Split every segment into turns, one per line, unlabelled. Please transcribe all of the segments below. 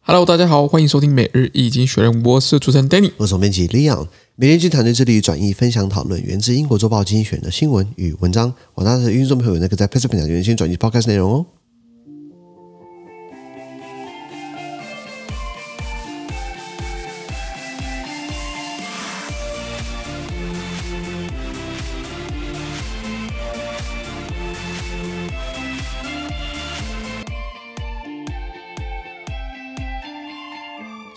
Hello，大家好，欢迎收听每日易经学人，我是主持人 Danny。
我是总编辑 Leon，每天经团队这里转译、分享、讨论源自英国《周报》精选的新闻与文章。广大的听众朋友那个在 Facebook 平台留言先转译 Podcast 内容哦。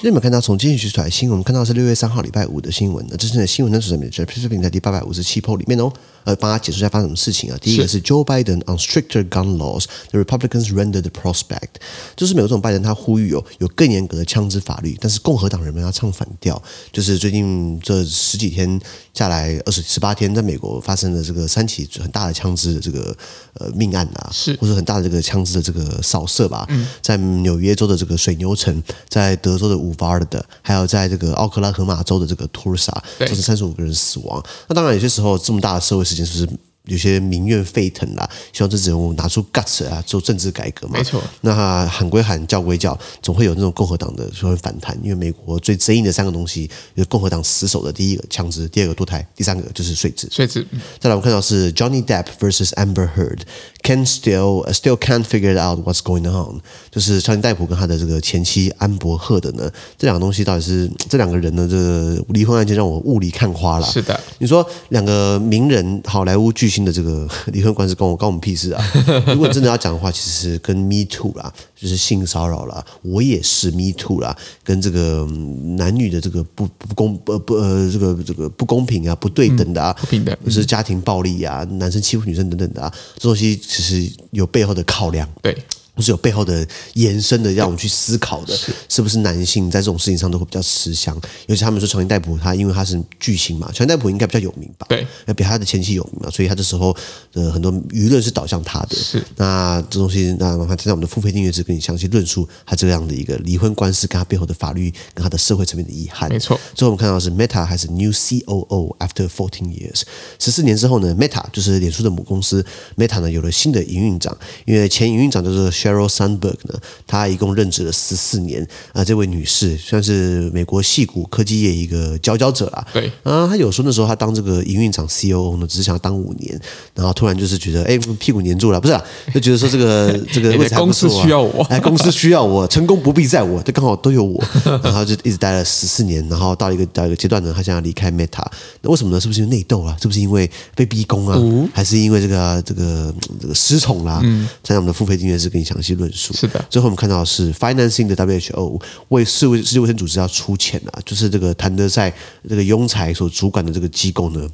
今天我们看到从今天取出来的新闻，我们看到是六月三号礼拜五的新闻。那这次的新闻呢，是在美国 Facebook 平台第八百五十七 p 里面哦。呃，帮大家解释一下发生什么事情啊。第一个是 Joe Biden on stricter gun laws, the Republicans render the prospect，就是美国总统拜登他呼吁哦，有更严格的枪支法律，但是共和党人们要唱反调。就是最近这十几天下来，二十十八天，在美国发生了这个三起很大的枪支的这个呃命案啊，
是
或者很大的这个枪支的这个扫射吧，
嗯
在纽约州的这个水牛城，在德州的五巴尔的，还有在这个奥克拉荷马州的这个图尔萨，
对
造成三十五个人死亡。那当然，有些时候这么大的社会事件，是不是有些民怨沸腾啦？希望这人物拿出 guts 啊，做政治改革嘛。
没错，
那喊归喊，叫归叫，总会有那种共和党的就会反弹，因为美国最争议的三个东西，就是共和党死守的第一个枪支，第二个堕胎，第三个就是税制。
所以只嗯
再来，我们看到是 Johnny Depp versus Amber Heard，Can still uh, still can't figure it out what's going on，就是乔尼戴普跟他的这个前妻安博赫德呢，这两个东西到底是这两个人的这个离婚案件让我雾里看花了。
是的，
你说两个名人好莱坞巨星的这个 离婚官司，关我关我们屁事啊！ 如果真的要讲的话，其实跟 Me Too 啦，就是性骚扰啦，我也是 Me Too 啦，跟这个嗯男女的这个不不公呃不呃这个这个不公平啊、不对等的啊、
嗯不平等
或是家庭暴力啊、男生欺负女生等等的啊，这东西其实有背后的考量。
对，
或是有背后的延伸的，让我们去思考的，是不是男性在这种事情上都会比较吃香？尤其他们说长尼戴普，他因为他是巨星嘛，长尼戴普应该比较有名吧？
对，
要比他的前妻有名嘛，所以他这时候呃很多舆论是导向他的。
是，
那这东西那麻烦参加我们的付费订阅制，跟你详细论述他这样的一个离婚官司跟他背后的法律跟他的社会层面的遗憾。
没错
最后我们看到的是 Meta 还是 New COO after fourteen years，十四年之后呢，Meta 就是脸书的母公司，Meta 呢有了新的营运长，因为前营运长就是 Sheryl Sandberg 呢，她一共任职了十四年啊、这位女士算是美国戏骨科技业一个佼佼者啦。
对
啊，她有说那时候她当这个营运长 COO 呢，只是想要当五年，然后突然就是觉得哎屁股粘住了，不是、啊，就觉得说这个这个
你的
位置还不错、
公
啊，
司需要我
哎，公司需要我，成功不必在我，这刚好都 有我。然后就一直待了十四年，然后到一个到一个阶段呢，他想要离开 Meta，那为什么呢？是不是因为内斗啊？是不是因为被逼宫啊？
嗯
还是因为这个这个这个失宠啦、参加我们的付费订阅制，跟你详细论述。
是的
最后我们看到的是 financing 的 WHO 为世卫世界卫生组织要出钱啊，就是这个谭德赛这个庸才所主管的这个机构呢。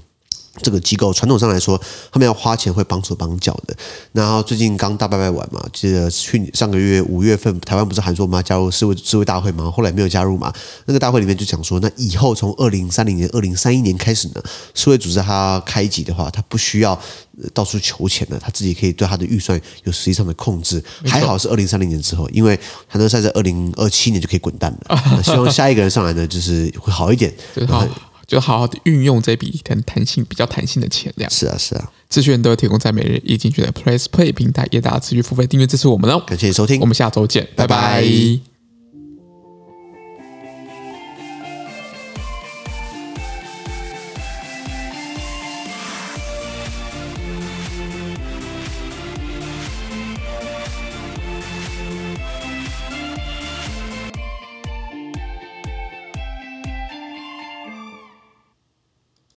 这个机构传统上来说，他们要花钱会帮手帮脚的。然后最近刚大拜拜完嘛，记得去年上个月五月份，台湾不是喊说我们要加入世卫世卫大会嘛，后来没有加入嘛。那个大会里面就讲说，那以后从二零三零年、二零三一年开始呢，世卫组织它开集的话，它不需要呃到处求钱了，它自己可以对它的预算有实际上的控制。还好是二零三零年之后，因为韩德赛在二零二七年就可以滚蛋了。那希望下一个人上来呢，就是会好一点。
就是好，就好好的运用这笔可能弹性比较弹性的钱，这样
是啊，是啊，
资讯都会提供在每日易经学的 Press Play 平台，也大家持续付费订阅支持我们哦。
感谢你收听
我。们下周见，拜
拜拜
拜